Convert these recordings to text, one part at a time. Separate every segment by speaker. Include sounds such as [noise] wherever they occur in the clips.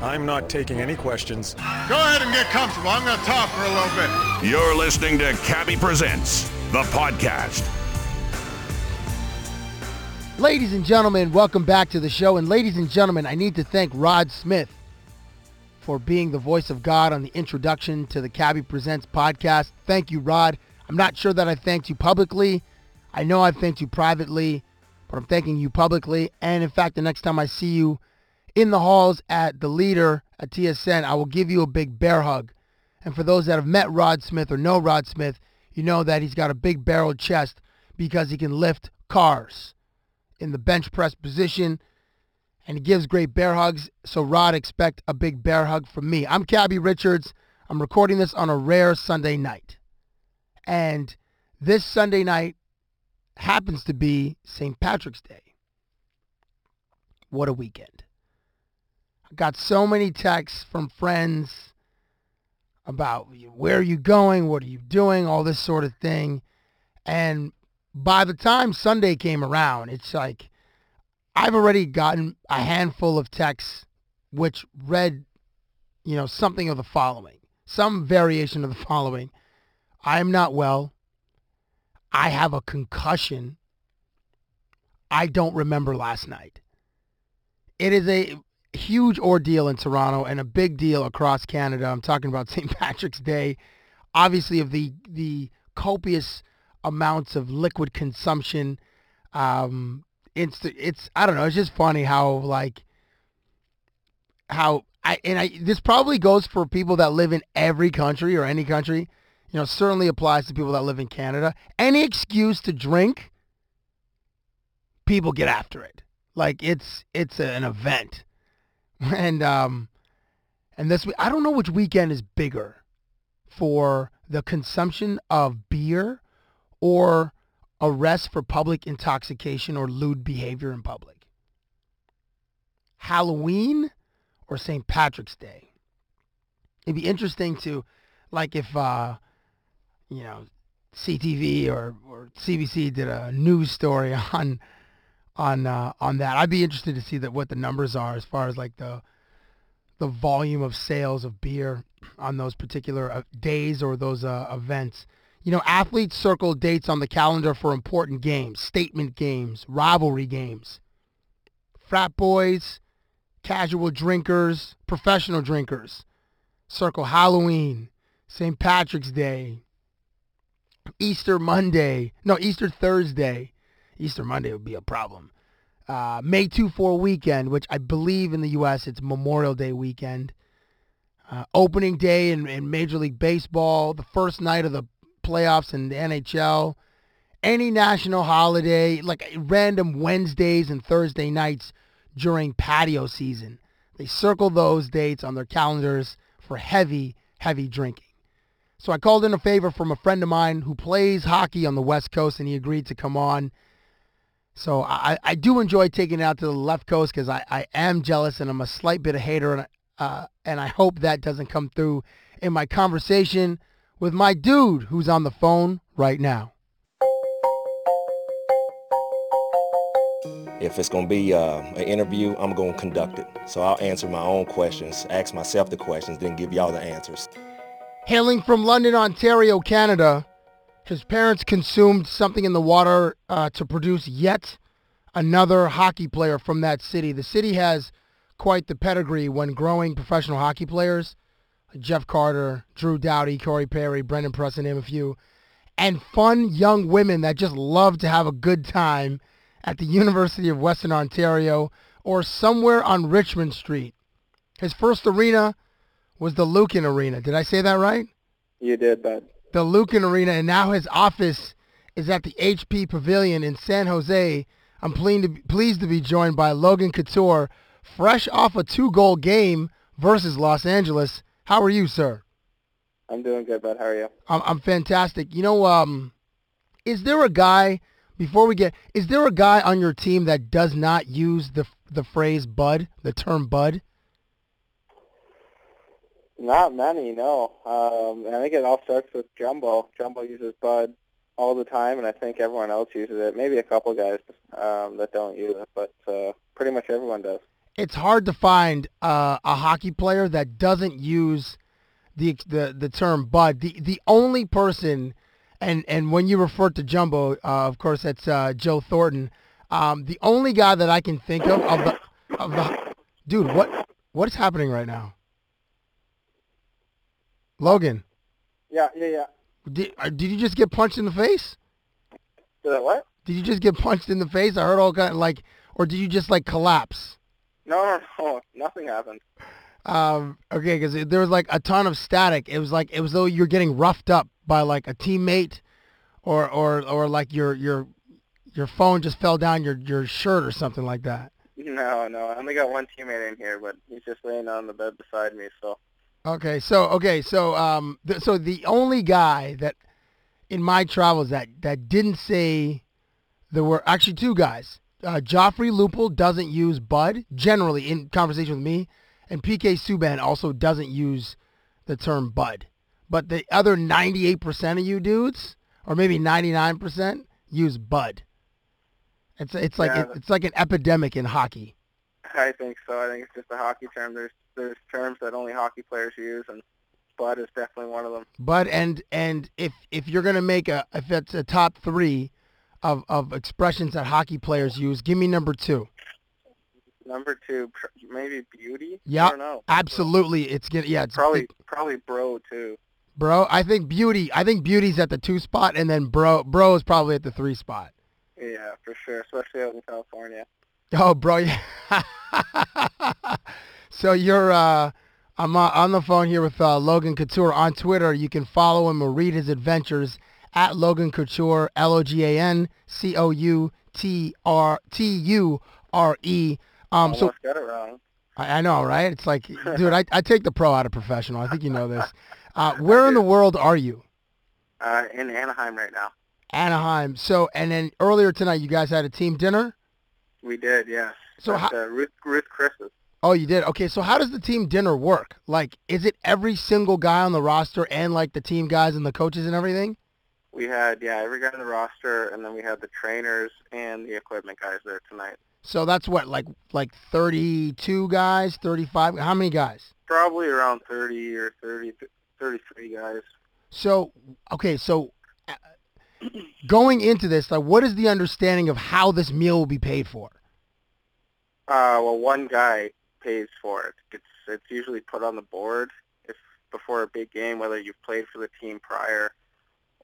Speaker 1: I'm not taking any questions.
Speaker 2: Go ahead and get comfortable. I'm going to talk for a little bit.
Speaker 3: You're listening to Cabby Presents, the podcast.
Speaker 4: Ladies and gentlemen, welcome back to the show. And ladies and gentlemen, I need to thank Rod Smith for being the voice of God on the introduction to the Cabby Presents podcast. Thank you, Rod. I'm not sure that I thanked you publicly. I know I've thanked you privately, but I'm thanking you publicly. And in fact, the next time I see you in the halls at the leader at TSN, I will give you a big bear hug. And for those that have met Rod Smith or know Rod Smith, you know that he's got a big barrel chest because he can lift cars in the bench press position and he gives great bear hugs. So Rod, expect a big bear hug from me. I'm Cabby Richards. I'm recording this on a rare Sunday night. And this Sunday night happens to be St. Patrick's Day. What a weekend. I got so many texts from friends about where are you going? What are you doing? All this sort of thing. And by the time Sunday came around, it's like I've already gotten a handful of texts which read, you know, something of the following, some variation of the [laughs] following. I'm not well. I have a concussion. I don't remember last night. It is a huge ordeal in Toronto and a big deal across Canada. I'm talking about [laughs] St. Patrick's Day obviously of the the copious amounts of liquid consumption um it's it's i don't know it's just funny how like how i and i this probably goes for people that live in every country or any country you know certainly applies to people that live in canada any excuse to drink people get after it like it's it's an event [laughs] and um and this we- i don't know which weekend is bigger for the consumption of beer or arrest for public intoxication or lewd behavior in public. Halloween or St. Patrick's Day. It'd be interesting to, like, if, uh, you know, CTV or, or CBC did a news story [laughs] on on uh, on that. I'd be interested to see that what the numbers are as far as like the the volume of sales of beer on those particular uh, days or those uh, events. You know, athletes circle dates on the calendar for important games, statement games, rivalry games. Frat boys, casual drinkers, professional drinkers. Circle Halloween, St. Patrick's Day, Easter Monday. No, Easter Thursday. Easter Monday would be a problem uh, May 2-4 weekend, which I believe in the U.S. it's Memorial Day weekend. Uh, opening day in, in Major League Baseball, the first night of the playoffs in the NHL, any national holiday, like random Wednesdays and Thursday nights during patio season. They circle those dates on their calendars for heavy, heavy drinking. So I called in a favor from a friend of mine who plays hockey on the West Coast, and he agreed to come on. So I, I do enjoy taking it out to the left coast because I, I am jealous and I'm a slight bit of hater and uh, and I hope that doesn't come through in my conversation with my dude who's on the phone right now.
Speaker 5: If it's going to be uh, an interview, I'm going to conduct it. So I'll answer my own questions, ask myself the questions, then give y'all the answers.
Speaker 4: Hailing from London, Ontario, Canada, his parents consumed something in the water uh, to produce yet another hockey player from that city. The city has quite the pedigree when growing professional hockey players. Jeff Carter, Drew Doughty, Corey Perry, Brendan Press, and a few, and fun young women that just love to have a good time at the University of Western Ontario or somewhere on Richmond Street. His first arena was the Lucan Arena. Did I say that right?
Speaker 6: You did, bud.
Speaker 4: the Lucan Arena, and now his office is at the HP Pavilion in San Jose. I'm pleased to, pleased to be joined by Logan Couture, fresh off a two-goal game versus Los Angeles. How are you, sir?
Speaker 6: I'm doing good, bud. How are you?
Speaker 4: I'm, I'm fantastic. You know, um, is there a guy before we get? Is there a guy on your team that does not use the the phrase "bud," the term "bud"?
Speaker 6: Not many, no. Um, I think it all starts with Jumbo. Jumbo uses Bud all the time, and I think everyone else uses it. Maybe a couple guys um, that don't use it, but uh, pretty much everyone does.
Speaker 4: It's hard to find uh, a hockey player that doesn't use the the, the term "bud." The the only person, and and when you refer to Jumbo, uh, of course, that's uh, Joe Thornton. Um, the only guy that I can think of of the of the dude. What what is happening right now? Logan,
Speaker 6: Yeah, yeah, yeah.
Speaker 4: did, uh, did you just get punched in the face?
Speaker 6: Is that what?
Speaker 4: Did you just get punched in the face? I heard all kind of like, or did you just like collapse?
Speaker 6: No, no, no. Nothing happened. [laughs]
Speaker 4: Um, okay, because there was like a ton of static. It was like it was though you're getting roughed up by like a teammate, or or or like your your your phone just fell down your your shirt or something like that.
Speaker 6: No, no. I only got one teammate in here, but he's just laying on the bed beside me, so. [laughs]
Speaker 4: Okay, so okay, so um, th- so the only guy that in my travels that that didn't say there were actually two guys. Uh, Joffrey Lupul doesn't use Bud generally in conversation with me, and PK Subban also doesn't use the term Bud. But the other 98% of you dudes, or maybe 99%, use Bud. It's it's like
Speaker 6: Yeah.
Speaker 4: it's like an epidemic in hockey.
Speaker 6: I think so. I think it's just a hockey term. There's there's terms that only hockey players use, and Bud is definitely one of them.
Speaker 4: But and and if if you're gonna make a if it's a top three of of expressions that hockey players use, give me number two.
Speaker 6: Number two, pr- maybe beauty.
Speaker 4: Yeah,
Speaker 6: I don't know.
Speaker 4: Absolutely, it's gonna yeah. It's,
Speaker 6: Probably probably bro too.
Speaker 4: bro. I think beauty. I think beauty's at the two spot, and then bro bro is probably at the three spot.
Speaker 6: Yeah, for sure. Especially out in California.
Speaker 4: Oh, bro. yeah. [laughs] so you're uh, I'm uh, on the phone here with uh, Logan Couture on Twitter. You can follow him or read his adventures at Logan Couture, L-O-G-A-N-C-O-U-T-R-T-U-R-E. Um,
Speaker 6: Almost
Speaker 4: so
Speaker 6: got it wrong.
Speaker 4: I, I know, right? It's like, dude, I, I take the pro out of professional. I think you know this. Uh, where in the world are you?
Speaker 6: Uh, in Anaheim right now.
Speaker 4: Anaheim. So, and then earlier tonight, you guys had a team dinner.
Speaker 6: We did, yes.
Speaker 4: So
Speaker 6: [laughs] At,
Speaker 4: how-
Speaker 6: uh, Ruth Ruth Chris's.
Speaker 4: Oh, you did. Okay, so how does the team dinner work? Like, is it every single guy on the roster and like the team guys and the coaches and everything?
Speaker 6: We had yeah every guy on the roster, and then we had the trainers and the equipment guys there tonight.
Speaker 4: So that's what like like 32 guys, 35. How many guys?
Speaker 6: Probably around 30 or 30, 33 guys.
Speaker 4: So okay, so uh, going into this, like, what is the understanding of how this meal will be paid for?
Speaker 6: Uh, well, one guy pays for it. It's it's usually put on the board if before a big game, whether you've played for the team prior,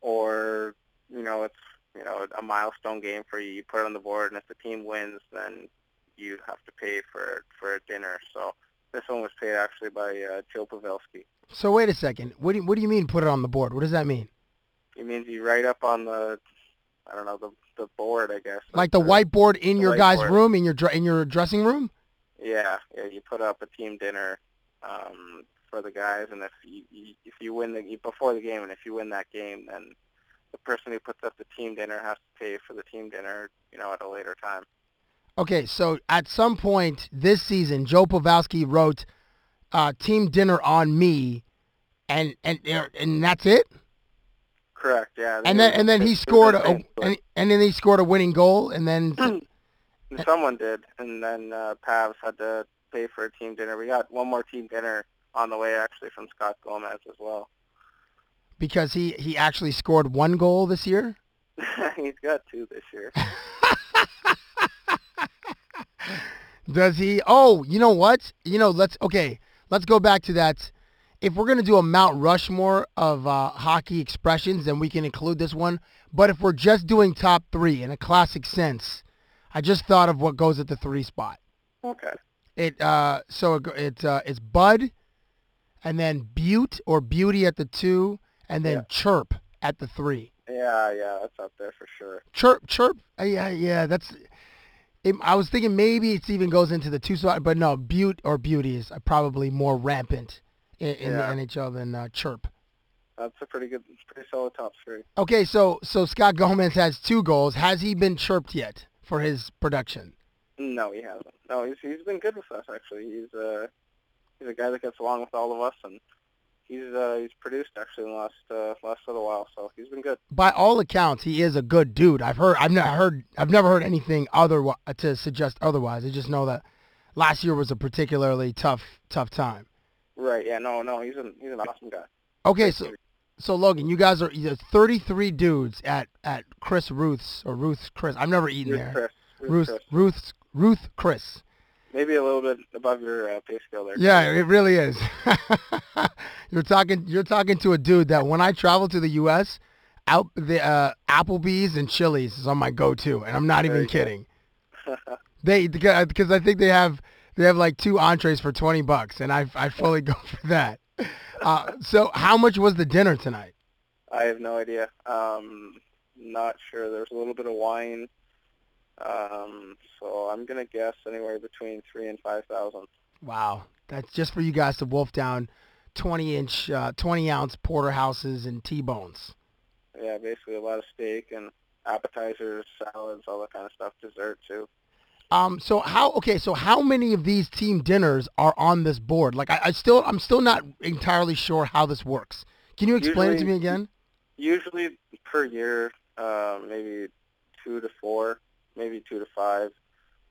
Speaker 6: or you know it's you know a milestone game for you. You put it on the board, and if the team wins, then you have to pay for for a dinner. So this one was paid actually by uh, Joe Pavelski.
Speaker 4: So wait a second. What do you, what do you mean put it on the board? What does that mean?
Speaker 6: It means you write up on the I don't know the the board, I guess.
Speaker 4: Like the whiteboard
Speaker 6: Uh,
Speaker 4: in
Speaker 6: The
Speaker 4: your guys'
Speaker 6: whiteboard.
Speaker 4: room in your dr- in your dressing room?
Speaker 6: Yeah, yeah. You put up a team dinner um, for the guys, and if you, you if you win the before the game, and if you win that game, then the person who puts up the team dinner has to pay for the team dinner, you know, at a later time.
Speaker 4: Okay, so at some point this season, Joe Pavelski wrote uh, "Team Dinner on Me," and and uh, and that's it.
Speaker 6: Correct. Yeah.
Speaker 4: And then and then he scored a and, and then he scored a winning goal, and then
Speaker 6: And someone did, and then uh, Pavs had to pay for a team dinner. We got one more team dinner on the way, actually, from Scott Gomez as well. [laughs]
Speaker 4: because he he actually scored one goal this year.
Speaker 6: He's got two this
Speaker 4: [laughs]
Speaker 6: year.
Speaker 4: Does he? Oh, you know what? You know, let's okay. Let's go back to that. If we're gonna do a Mount Rushmore of uh, hockey expressions, then we can include this one. But if we're just doing top three in a classic sense, I just thought of what goes at the three spot.
Speaker 6: Okay.
Speaker 4: It uh, so it, go- it uh, it's Bud, and then Butte or Beauty at the two, and then
Speaker 6: Yeah.
Speaker 4: Chirp at the three.
Speaker 6: Yeah, yeah, that's up there for sure.
Speaker 4: Chirp, chirp. Uh, Yeah, yeah. That's It, I was thinking maybe it even goes into the two spot, but no, Butte or Beauty is uh, probably more rampant in, in
Speaker 6: Yeah.
Speaker 4: the NHL than uh, Chirp.
Speaker 6: That's a pretty good, pretty solid top three.
Speaker 4: Okay, so so Scott Gomez has two goals. Has he been chirped yet for his production?
Speaker 6: No, he hasn't. No, he's he's been good with us actually. He's uh he's a guy that gets along with all of us, and he's uh he's produced actually in the last uh, last little while, so he's been good.
Speaker 4: By all accounts, he is a good dude. I've heard, I've never heard, I've never heard anything other uh, to suggest otherwise. I just know that last year was a particularly tough, tough time.
Speaker 6: Right? Yeah. No, no, he's an he's an awesome guy.
Speaker 4: Okay, so so Logan, you guys are there's 33 dudes at at Chris Ruth's or Ruth's Chris. I've never eaten
Speaker 6: Ruth
Speaker 4: there.
Speaker 6: Chris. Ruth
Speaker 4: Ruth
Speaker 6: Chris.
Speaker 4: Ruth's Ruth Chris.
Speaker 6: Maybe a little bit above your uh, pay scale there.
Speaker 4: Yeah, it really is. [laughs] you're talking you're talking to a dude that when I travel to the US, out the uh, Applebee's and Chili's is on my go-to and I'm not
Speaker 6: [laughs]
Speaker 4: even kidding. they because I think they have they have like two entrees for 20 bucks and I I fully [laughs] go for that. Uh, so how much was the dinner tonight?
Speaker 6: I have no idea. Um, not sure. There's a little bit of wine. Um, so I'm gonna guess anywhere between three and five thousand.
Speaker 4: Wow. That's just for you guys to wolf down 20 inch uh, 20 ounce porterhouses and T-bones.
Speaker 6: Yeah, basically a lot of steak and appetizers, salads, all that kind of stuff, dessert too.
Speaker 4: Um. So how? Okay. So how many of these team dinners are on this board? Like, I, I still, I'm still not entirely sure how this works. Can you explain it to
Speaker 6: Usually-
Speaker 4: me again?
Speaker 6: Usually per year, uh, maybe two to four, maybe two to five,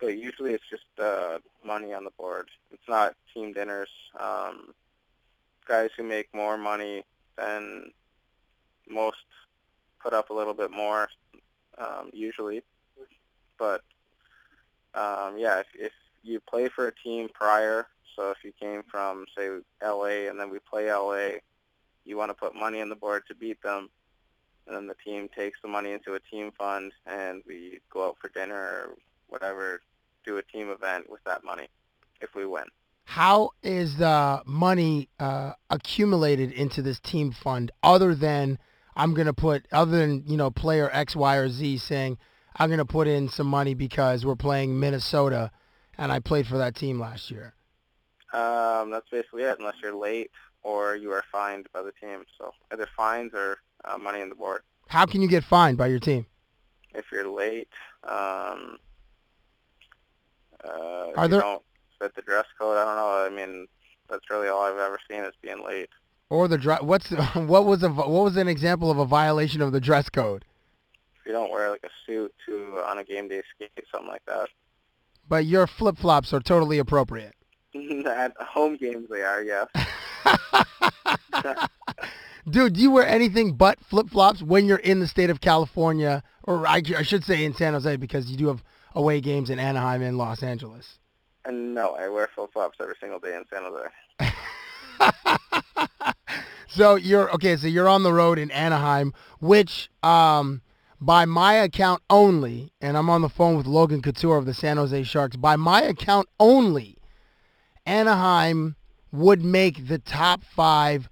Speaker 6: but usually it's just uh, money on the board. It's not team dinners. Um, guys who make more money than most put up a little bit more, um, usually. But um, yeah, if, if you play for a team prior, so if you came from say LA and then we play LA, you want to put money on the board to beat them. And then the team takes the money into a team fund, and we go out for dinner or whatever, do a team event with that money if we win.
Speaker 4: How is the money uh, accumulated into this team fund? Other than I'm gonna put, other than you know, player X, Y, or Z saying I'm gonna put in some money because we're playing Minnesota, and I played for that team last year.
Speaker 6: Um, that's basically it, unless you're late or you are fined by the team. So either fines or uh, money on the board.
Speaker 4: How can you get fined by your team?
Speaker 6: If you're late, um, uh, if
Speaker 4: Are
Speaker 6: you
Speaker 4: there-
Speaker 6: don't fit the dress code. I don't know. I mean, that's really all I've ever seen is being late.
Speaker 4: Or the dre- what's [laughs] what was a what was an example of a violation of the dress code?
Speaker 6: If you don't wear like a suit to on a game day skate, something like that. [laughs]
Speaker 4: But your flip flops are totally appropriate.
Speaker 6: At home games they are, yeah.
Speaker 4: Dude, do you wear anything but flip flops when you're in the state of California, or I, I should say in San Jose, because you do have away games in Anaheim and Los Angeles.
Speaker 6: And no, I wear flip flops every single day in San Jose.
Speaker 4: So you're okay. So you're on the road in Anaheim, which, um, by my account only, and I'm on the phone with Logan Couture of the San Jose Sharks. By my account only, Anaheim would make the top five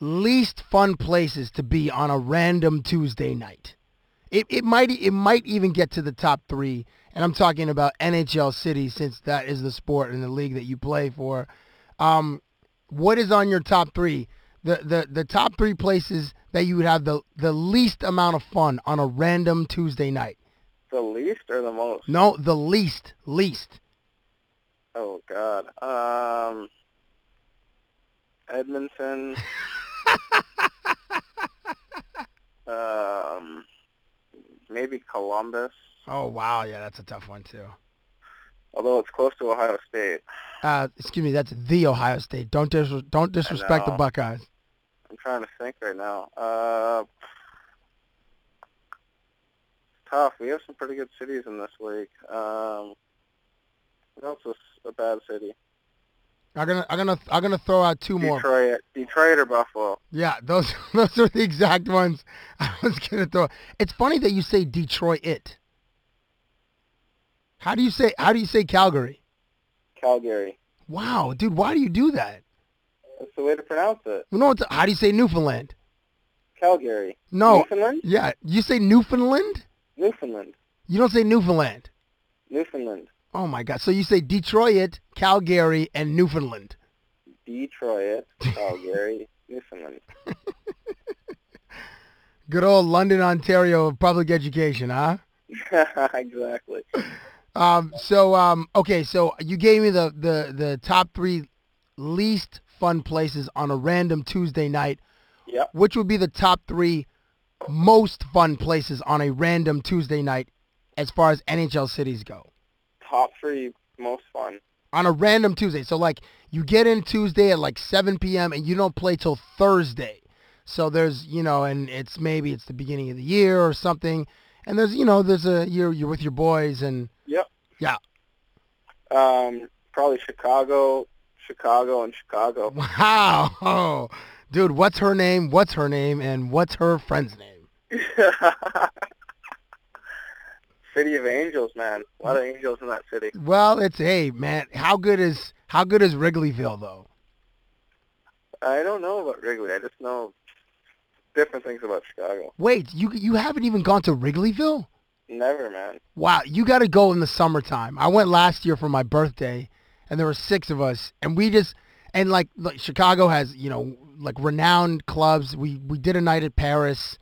Speaker 4: least fun places to be on a random Tuesday night. It, it might it might even get to the top three, and I'm talking about NHL cities since that is the sport and the league that you play for. Um, what is on your top three? The, the the top three places that you would have the the least amount of fun on a random Tuesday night.
Speaker 6: The least or the most?
Speaker 4: No, the least, least.
Speaker 6: Oh God. Um,
Speaker 4: [laughs]
Speaker 6: Edmonton. um, maybe Columbus.
Speaker 4: Oh wow, yeah, that's a tough one too.
Speaker 6: Although it's close to Ohio State,
Speaker 4: Uh, excuse me, that's the Ohio State. Don't dis- don't disrespect the
Speaker 6: know.
Speaker 4: Buckeyes.
Speaker 6: I'm trying to think right now. Uh, tough. We have some pretty good cities in this league. Um, what else is a bad city?
Speaker 4: I'm gonna I'm gonna I'm gonna throw out two more.
Speaker 6: Detroit, Detroit or Buffalo.
Speaker 4: Yeah, those [laughs] those are the exact ones [laughs] I was gonna throw. It's funny that you say Detroit. It. How do you say How do you say Calgary?
Speaker 6: Calgary.
Speaker 4: Wow, dude, why do you do that?
Speaker 6: That's the way to pronounce it.
Speaker 4: No, it's, how do you say Newfoundland?
Speaker 6: Calgary.
Speaker 4: No.
Speaker 6: Newfoundland?
Speaker 4: Yeah, you say Newfoundland.
Speaker 6: Newfoundland.
Speaker 4: You don't say Newfoundland.
Speaker 6: Newfoundland,
Speaker 4: Oh my God. So you say Detroit, Calgary, and Newfoundland.
Speaker 6: Detroit, Calgary, Newfoundland. [laughs]
Speaker 4: Good old London, Ontario of public education, huh?
Speaker 6: exactly.
Speaker 4: Um, so um, okay, so you gave me the, the, the top three least fun places on a random Tuesday night.
Speaker 6: Yep.
Speaker 4: Which would be the top three most fun places on a random Tuesday night as far as NHL cities go?
Speaker 6: Top three most fun.
Speaker 4: On a random Tuesday. So like you get in Tuesday at like seven PM and you don't play till Thursday. So there's you know, and it's maybe it's the beginning of the year or something. And there's you know, there's a you're you're with your boys and
Speaker 6: Yep.
Speaker 4: yeah. [laughs]
Speaker 6: Um, probably Chicago, Chicago, and Chicago. [laughs]
Speaker 4: Wow. Oh, dude, what's her name? What's her name? And what's her friend's name?
Speaker 6: city of angels, man. A lot of angels in that city.
Speaker 4: Well, it's hey man, how good is how good is Wrigleyville though?
Speaker 6: I don't know about Wrigley. I just know different things about Chicago.
Speaker 4: Wait, you you haven't even gone to Wrigleyville?
Speaker 6: Never, man.
Speaker 4: Wow, you got to go in the summertime. I went last year for my birthday, and there were six of us, and we just and like, like Chicago has you know like renowned clubs. We we did a night at Paris,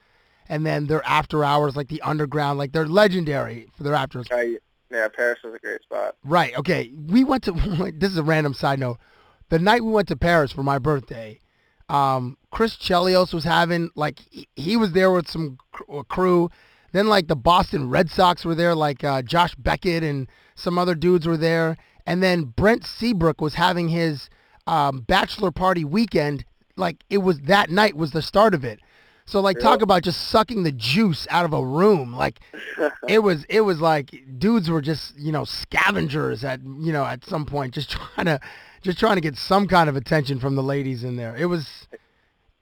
Speaker 4: and then their after hours like the underground, like they're legendary for their after hours.
Speaker 6: I yeah, Paris is a great spot.
Speaker 4: Right. Okay. We went to. [laughs] this is a random side note. The night we went to Paris for my birthday, um, Chris Chelios was having like he, he was there with some cr- uh, crew. Then like the Boston Red Sox were there, like uh, Josh Beckett and some other dudes were there. And then Brent Seabrook was having his um, bachelor party weekend. Like it was that night was the start of it. So like talk about just sucking the juice out of a room. Like it was it was like dudes were just, you know, scavengers at you know, at some point just [laughs] trying to just trying to get some kind of attention from the ladies in there. It was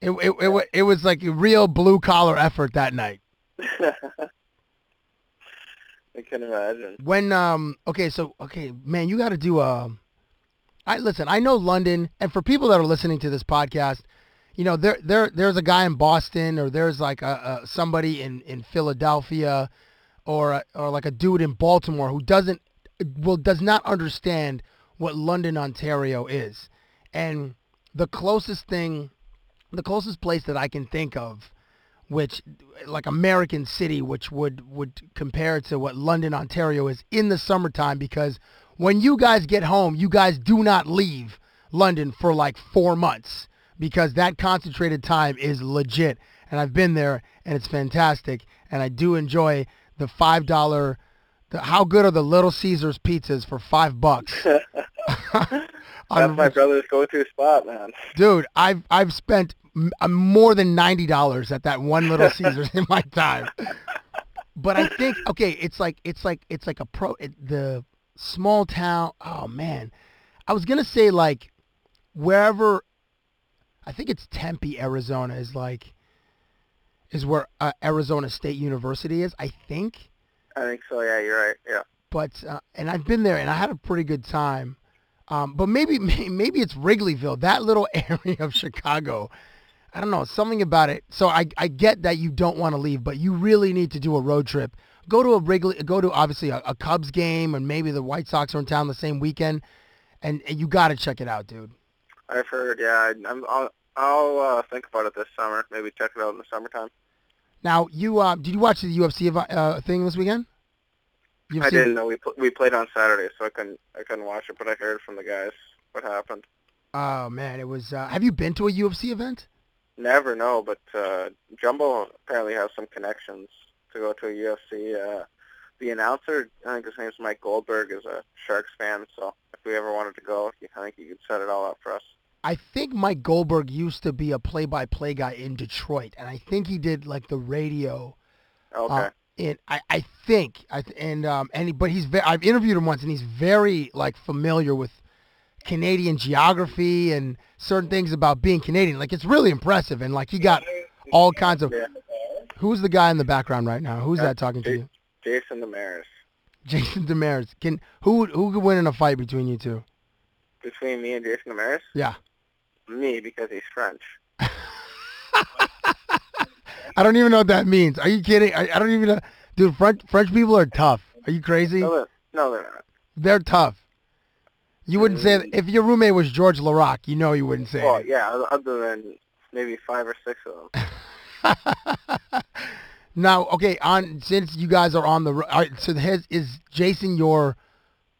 Speaker 4: it it, it, wa- it was like a real blue collar effort that night.
Speaker 6: I can imagine.
Speaker 4: When um okay, so okay, man, you got to do a I listen, I know London and for people that are listening to this podcast, you know, there there there's a guy in Boston or there's like a, a somebody in in Philadelphia or a, or like a dude in Baltimore who doesn't well does not understand what London, Ontario is. And the closest thing the closest place that I can think of which like American city, which would would compare to what London, Ontario is in the summertime because when you guys get home, you guys do not leave London for like four months because that concentrated time is legit. And I've been there and it's fantastic. And I do enjoy the five dollar. The, how good are the Little Caesars pizzas for five bucks?
Speaker 6: That's my brother's go-to spot, man.
Speaker 4: dude i've i've spent m- uh, more than $90 at that one little caesars in my time but i think okay it's like it's like it's like a pro it, the small town oh man i was gonna say like wherever i think it's tempe arizona is like is where uh, arizona state university is i think
Speaker 6: I think so. Yeah, you're right. Yeah.
Speaker 4: but uh, and I've been there and I had a pretty good time. Um, but maybe [laughs] may- maybe it's Wrigleyville, that little [laughs] area of Chicago. I don't know something about it. So I, I get that you don't want to leave, but you really need to do a road trip. Go to a Wrigley, go to obviously a, a Cubs game, and maybe the White Sox are in town the same weekend, and, and you got to check it out, dude.
Speaker 6: I've heard. Yeah, I- I'm. I'll, I'll uh, think about it this summer. Maybe check it out in the summertime.
Speaker 4: Now you uh, did you watch the UFC ev- uh, thing this weekend?
Speaker 6: I
Speaker 4: UFC
Speaker 6: didn't know we pl- we played on Saturday, so I couldn't I couldn't watch it. But I heard from the guys what happened.
Speaker 4: Oh man, it was. Uh, have you been to a UFC event?
Speaker 6: Never know, but uh, Jumbo apparently has some connections to go to a UFC. Uh, the announcer, I think his name's Mike Goldberg, is a Sharks fan. So if we ever wanted to go, he- I think he could set it all up for us.
Speaker 4: I think Mike Goldberg used to be a play-by-play guy in Detroit, and I think he did like the radio.
Speaker 6: Okay.
Speaker 4: Uh, and I, I think I th- and um and he, but he's ve- I've interviewed him once, and he's very like familiar with Canadian geography and certain things about being Canadian. Like it's really impressive, and like he got all kinds of.
Speaker 6: Yeah.
Speaker 4: Who's the guy in the background right now? Who's that talking to
Speaker 6: Ja-
Speaker 4: you? [laughs]
Speaker 6: Jason Damaris.
Speaker 4: Jason Damaris. Can who who could win in a fight between you two?
Speaker 6: Between me and Jason Damaris,
Speaker 4: Yeah,
Speaker 6: me because he's French.
Speaker 4: I don't even know what that means. Are you kidding? I, I don't even know, dude. French French people are tough. Are you crazy?
Speaker 6: No, they're, No, they're not.
Speaker 4: They're tough. You wouldn't say that. If your roommate was George LaRock, you know you wouldn't say
Speaker 6: Well,
Speaker 4: it.
Speaker 6: Oh, yeah, o- other than maybe five or six of
Speaker 4: [laughs]
Speaker 6: them.
Speaker 4: Now, okay, on since you guys are on the road, so has, is Jason your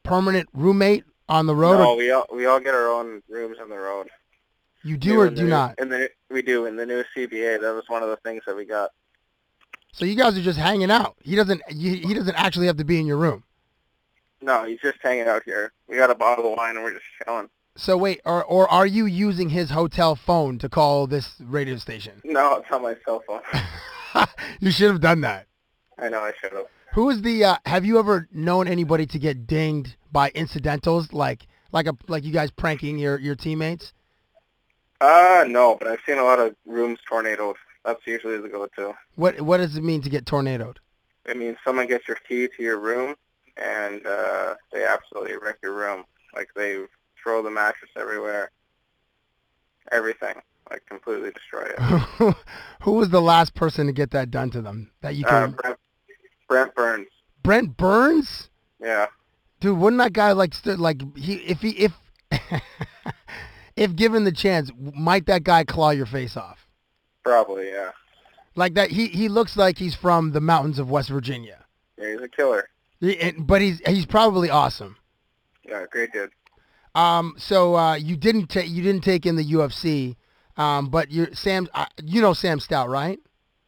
Speaker 4: permanent roommate on the road?
Speaker 6: No,
Speaker 4: or
Speaker 6: we all we all get our own rooms on the road.
Speaker 4: you do or
Speaker 6: in the
Speaker 4: do
Speaker 6: new-
Speaker 4: not?
Speaker 6: In the we do in the new CBA. That was one of the things that we got.
Speaker 4: So you guys are just hanging out. He doesn't. You, he doesn't actually have to be in your room.
Speaker 6: No, he's just hanging out here. We got a bottle of wine and we're just chilling.
Speaker 4: So wait, or or are you using his hotel phone to call this radio station?
Speaker 6: No, it's on my cell phone.
Speaker 4: [laughs] you should have done that.
Speaker 6: I know I should have.
Speaker 4: Who is the? Uh, have you ever known anybody to get dinged by incidentals like like a like you guys pranking your your teammates?
Speaker 6: Uh, no, but I've seen a lot of rooms tornadoes. That's usually the go-to.
Speaker 4: What what does it mean to get tornadoed? [laughs]
Speaker 6: I mean, someone gets your key to your room, and uh, they absolutely wreck your room. Like they throw the mattress everywhere, everything, like completely destroy it.
Speaker 4: Who was the last person to get that done to them that you
Speaker 6: Uh,
Speaker 4: can?
Speaker 6: Brent, Brent Burns,
Speaker 4: Brent Burns,
Speaker 6: yeah,
Speaker 4: dude, wouldn't that guy like st- like he if he if [laughs] if given the chance, might that guy claw your face off?
Speaker 6: probably, yeah.
Speaker 4: Like that, he he looks like he's from the mountains of West Virginia,
Speaker 6: Yeah, he's a killer.
Speaker 4: He- and- but he's he's probably awesome.
Speaker 6: Yeah, great dude.
Speaker 4: Um, so uh, you didn't take you didn't take in the UFC, um, but you Sam, uh, you know Sam Stout, right?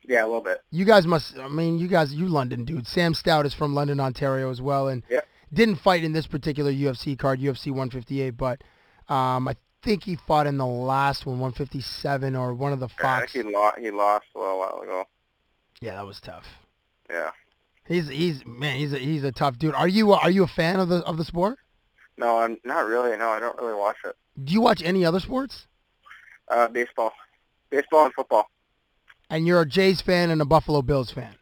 Speaker 6: Yeah, a little bit.
Speaker 4: You guys must. I mean, you guys, you London dude. Sam Stout is from London, Ontario as well, and
Speaker 6: Yeah.
Speaker 4: didn't fight in this particular UFC card, UFC 158, but um, I think he fought in the last one, 157, or one of the
Speaker 6: Yeah,
Speaker 4: Fox.
Speaker 6: he lost. He lost a little while ago.
Speaker 4: Yeah, that was tough.
Speaker 6: Yeah.
Speaker 4: He's he's man, he's a, he's a tough dude. Are you uh, are you a fan of the of the sport?
Speaker 6: No, I'm not really. No, I don't really watch it.
Speaker 4: Do you watch any other sports?
Speaker 6: Uh, baseball, baseball and football.
Speaker 4: And you're a Jays fan and a Buffalo Bills fan.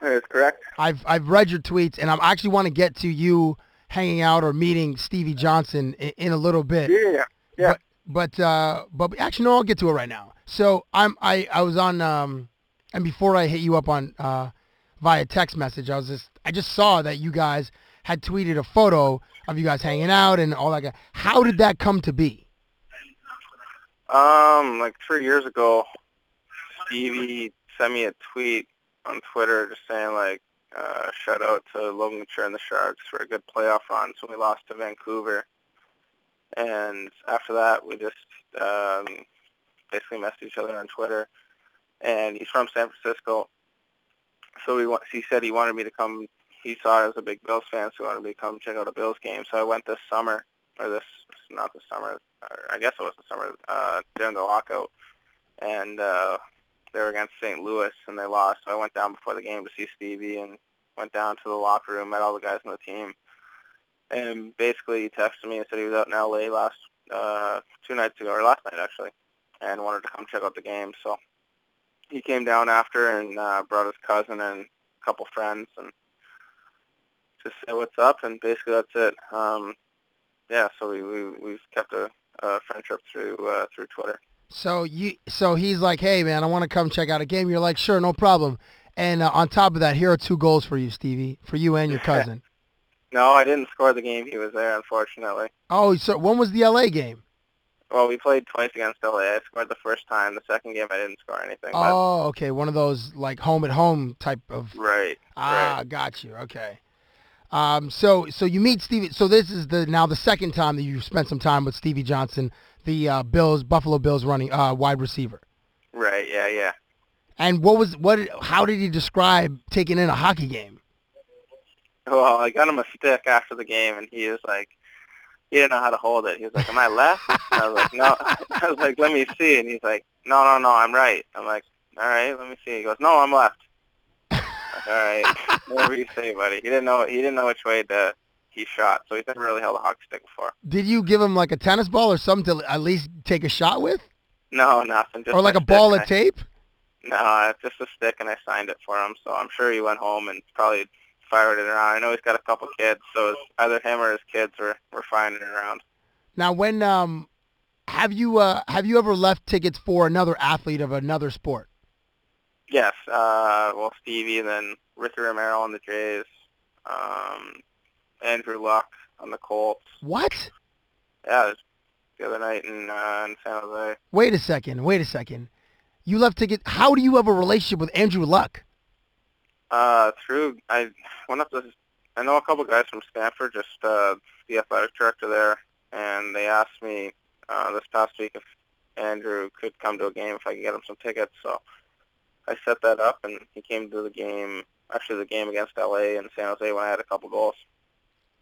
Speaker 6: That is correct.
Speaker 4: I've I've read your tweets, and I'm I actually want to get to you hanging out or meeting Stevie Johnson in, in a little bit.
Speaker 6: Yeah, yeah, yeah.
Speaker 4: But but, uh, but actually, no, I'll get to it right now. So I'm I I was on um, and before I hit you up on uh, via text message, I was just I just saw that you guys had tweeted a photo of you guys hanging out and all that. guy- How did that come to be?
Speaker 6: Um, like three years ago, Stevie sent me a tweet on Twitter just saying like, uh, shout out to Logan Couture and the Sharks for a good playoff run. So we lost to Vancouver, and after that we just um, basically messaged each other on Twitter. And he's from San Francisco, so he wa- he said he wanted me to come. He saw I was a big Bills fan, so he wanted me to come check out a Bills game. So I went this summer, or this not this summer, or uh, I guess it was the summer uh, during the lockout, and uh, they were against St. Louis and they lost. So I went down before the game to see Stevie and went down to the locker room, met all the guys on the team, and basically he texted me and said he was out in LA last uh, two nights ago or last night actually, and wanted to come check out the game. So he came down after and uh, brought his cousin and a couple friends and just said what's up and basically that's it. Um, yeah, so we, we we've kept a, a friendship through uh, through Twitter.
Speaker 4: So you so he's like, hey man, I want to come check out a game. You're like, sure, no problem. And uh, on top of that, here are two goals for you, Stevie, for you and your cousin.
Speaker 6: No, I didn't score the game he was there, unfortunately.
Speaker 4: Oh, so when was the LA game?
Speaker 6: Well, we played twice against LA. I scored the first time. The second game, I didn't score anything. but-
Speaker 4: Oh, okay, one of those like home at home type of.
Speaker 6: right.
Speaker 4: Ah,
Speaker 6: Right.
Speaker 4: got you. Okay. Um, so so you meet Stevie. So this is the now the second time that you spent some time with Stevie Johnson, the uh, Bills Buffalo Bills running uh, wide receiver.
Speaker 6: Right. Yeah. Yeah.
Speaker 4: And what was what? How did he describe taking in a hockey game?
Speaker 6: Well, I got him a stick after the game, and he was like, he didn't know how to hold it. He was like, "Am I left?" And I was like, "No." [laughs] I was like, "Let me see," and he's like, "No, no, no, I'm right." I'm like, "All right, let me see." He goes, "No, I'm left." I'm like,
Speaker 4: [laughs]
Speaker 6: All right, whatever you say, buddy. He didn't know. He didn't know which way to he shot, so he's never really held a hockey stick before.
Speaker 4: Did you give him like a tennis ball or something to at least take a shot with,
Speaker 6: No, nothing. Just
Speaker 4: or like
Speaker 6: my
Speaker 4: a ball
Speaker 6: stick.
Speaker 4: of tape?
Speaker 6: No, it's just a stick, and I signed it for him. So I'm sure he went home and probably fired it around. I know he's got a couple kids, so it's either him or his kids were were firing it around.
Speaker 4: Now, when um, have you uh, have you ever left tickets for another athlete of another sport?
Speaker 6: Yes, uh, well Stevie, then Ricky Romero on the Jays, um, Andrew Luck on the Colts.
Speaker 4: What?
Speaker 6: Yeah, it was the other night in, uh, in San Jose.
Speaker 4: Wait a second. Wait a second. You left to get. How do you have a relationship with Andrew Luck?
Speaker 6: Uh, through I went up to I know a couple guys from Stanford, just uh, the athletic director there, and they asked me uh, this past week if Andrew could come to a game if I could get him some tickets. So I set that up, and he came to the game. Actually, the game against LA and San Jose when I had a couple goals.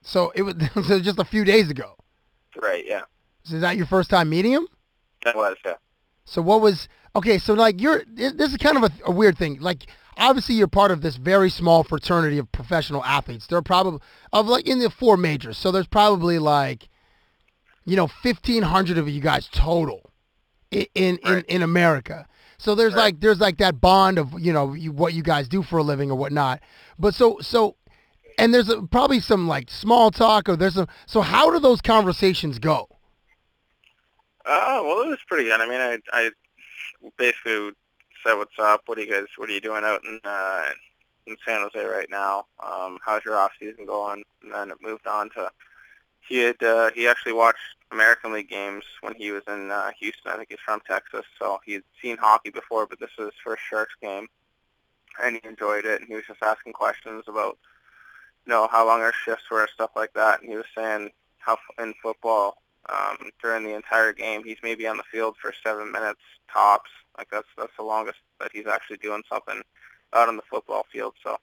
Speaker 4: So it was [laughs] so just a few days ago.
Speaker 6: Right? Yeah,
Speaker 4: So is that your first time meeting him?
Speaker 6: that was yeah.
Speaker 4: So what was okay? So like you're this this is kind of a, a weird thing. Like obviously you're part of this very small fraternity of professional athletes. They're probably of like in the four majors. So there's probably like you know 1,500 of you guys total in in in,
Speaker 6: Right.
Speaker 4: in America. So there's like there's like that bond of you know you, what you guys do for a living or whatnot. But so so and there's a, probably some like small talk or there's some. So how do those conversations go?
Speaker 6: Uh, well, it was pretty good. I mean, I, I basically said, "What's up? What are you guys? What are you doing out in uh, in San Jose right now? Um, how's your off season going?" And then it moved on to he had uh, he actually watched American League games when he was in uh, Houston. I think he's from Texas, so he had seen hockey before, but this was his first Sharks game, and he enjoyed it. And he was just asking questions about, you know, how long our shifts were and stuff like that. And he was saying how f- in football um, during the entire game. He's maybe on the field for seven minutes tops. Like that's that's the longest that he's actually doing something out on the football field. So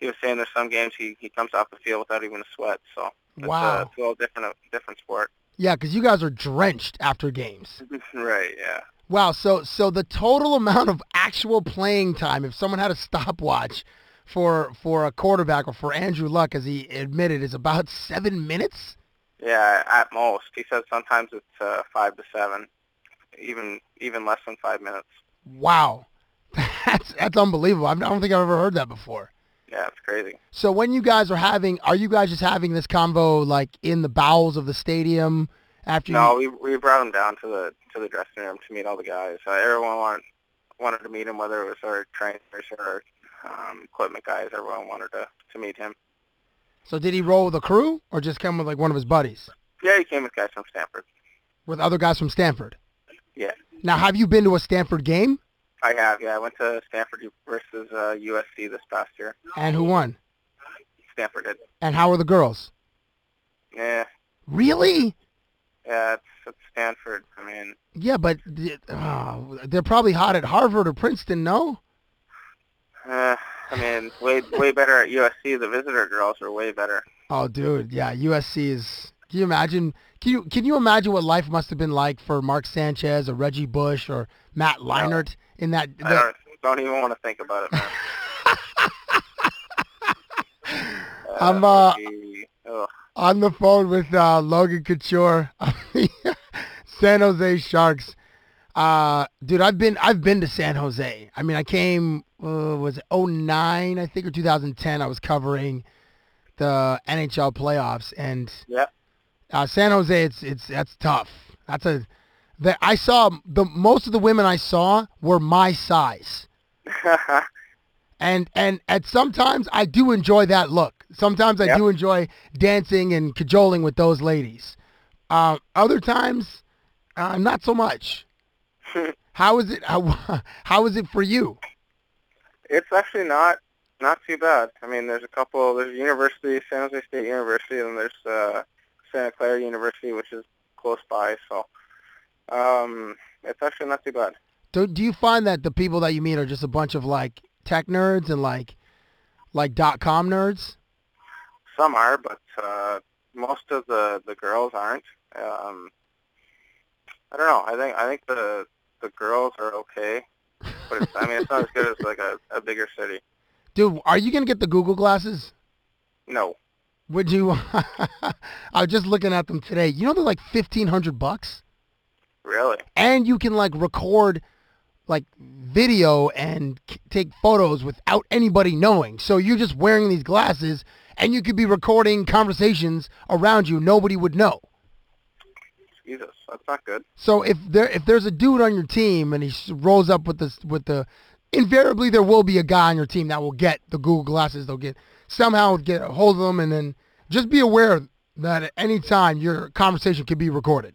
Speaker 6: he was saying there's some games he, he comes off the field without even a sweat. So it's,
Speaker 4: Wow.
Speaker 6: uh, it's a little different different sport.
Speaker 4: Yeah, because you guys are drenched after games.
Speaker 6: [laughs] right. Yeah.
Speaker 4: Wow. So so the total amount of actual playing time, if someone had a stopwatch for for a quarterback or for Andrew Luck, as he admitted, is about seven minutes.
Speaker 6: Yeah. At most, he said sometimes it's uh, five to seven, even even less than five minutes.
Speaker 4: Wow, [laughs] that's that's unbelievable. I've- I don't think I've ever heard that before.
Speaker 6: Yeah, it's crazy.
Speaker 4: So when you guys are having, are you guys just having this convo like in the bowels of the stadium after?
Speaker 6: No,
Speaker 4: You,
Speaker 6: we we brought him down to the to the dressing room to meet all the guys. Uh, everyone wanted wanted to meet him, whether it was our trainers or um, equipment guys. Everyone wanted to to meet him.
Speaker 4: so did he roll with a crew or just come with like one of his buddies
Speaker 6: Yeah, he came with guys from Stanford.
Speaker 4: with other guys from Stanford?
Speaker 6: Yeah,
Speaker 4: Now, have you been to a Stanford game?
Speaker 6: I have. Yeah, I went to Stanford versus uh, USC this past year.
Speaker 4: And who won?
Speaker 6: Stanford did.
Speaker 4: And how are the girls?
Speaker 6: Yeah,
Speaker 4: Really?
Speaker 6: yeah, it's, it's Stanford. I mean,
Speaker 4: Yeah, but th- oh, they're probably hot at Harvard or Princeton, no?
Speaker 6: uh, I mean, way way better at USC. The visitor girls were way better.
Speaker 4: Oh, dude, yeah, USC is. Can you imagine? Can you can you imagine what life must have been like for Mark Sanchez or Reggie Bush or Matt Leinart in that?
Speaker 6: I
Speaker 4: that-
Speaker 6: don't don't even want to think about it, man. Uh,
Speaker 4: I'm, uh,
Speaker 6: gee, ugh.
Speaker 4: on the phone with uh, Logan Couture, [laughs] of the San Jose Sharks. Uh, dude, I've been I've been to San Jose. I mean, I came uh, was it 09, I think, or 2010. I was covering the NHL playoffs, and
Speaker 6: [laughs] yeah.
Speaker 4: uh, San Jose, it's it's that's tough. That's a that I saw the most of the women I saw were my size, and and and sometimes I do enjoy that look. Sometimes I
Speaker 6: Yeah.
Speaker 4: do enjoy dancing and cajoling with those ladies. Uh, other times, uh, not so much. how is it? How, [laughs] how is it for you?
Speaker 6: It's actually not not too bad. I mean, there's a couple. There's a university, San Jose State University, and there's uh, Santa Clara University, which is close by. So um, it's actually not too bad.
Speaker 4: Do, do you find that the people that you meet are just a bunch of like tech nerds and like like dot com nerds?
Speaker 6: Some are, but uh, most of the the girls aren't. Um, I don't know. I think I think the the girls are okay, but it's, I mean, it's not as good as like a, a bigger city.
Speaker 4: Dude, are you gonna get the Google glasses?
Speaker 6: No.
Speaker 4: Would you? [laughs] I was just looking at them today. You know they're like fifteen hundred bucks,
Speaker 6: Really?
Speaker 4: and you can like record like video and k- take photos without anybody knowing. So you're just wearing these glasses, and you could be recording conversations around you. Nobody would know.
Speaker 6: Jesus, that's not good.
Speaker 4: So if there if there's a dude on your team and he s- rolls up with the with the, invariably there will be a guy on your team that will get the Google glasses. They'll get somehow get a hold of them and then just be aware that at any time your conversation can be recorded.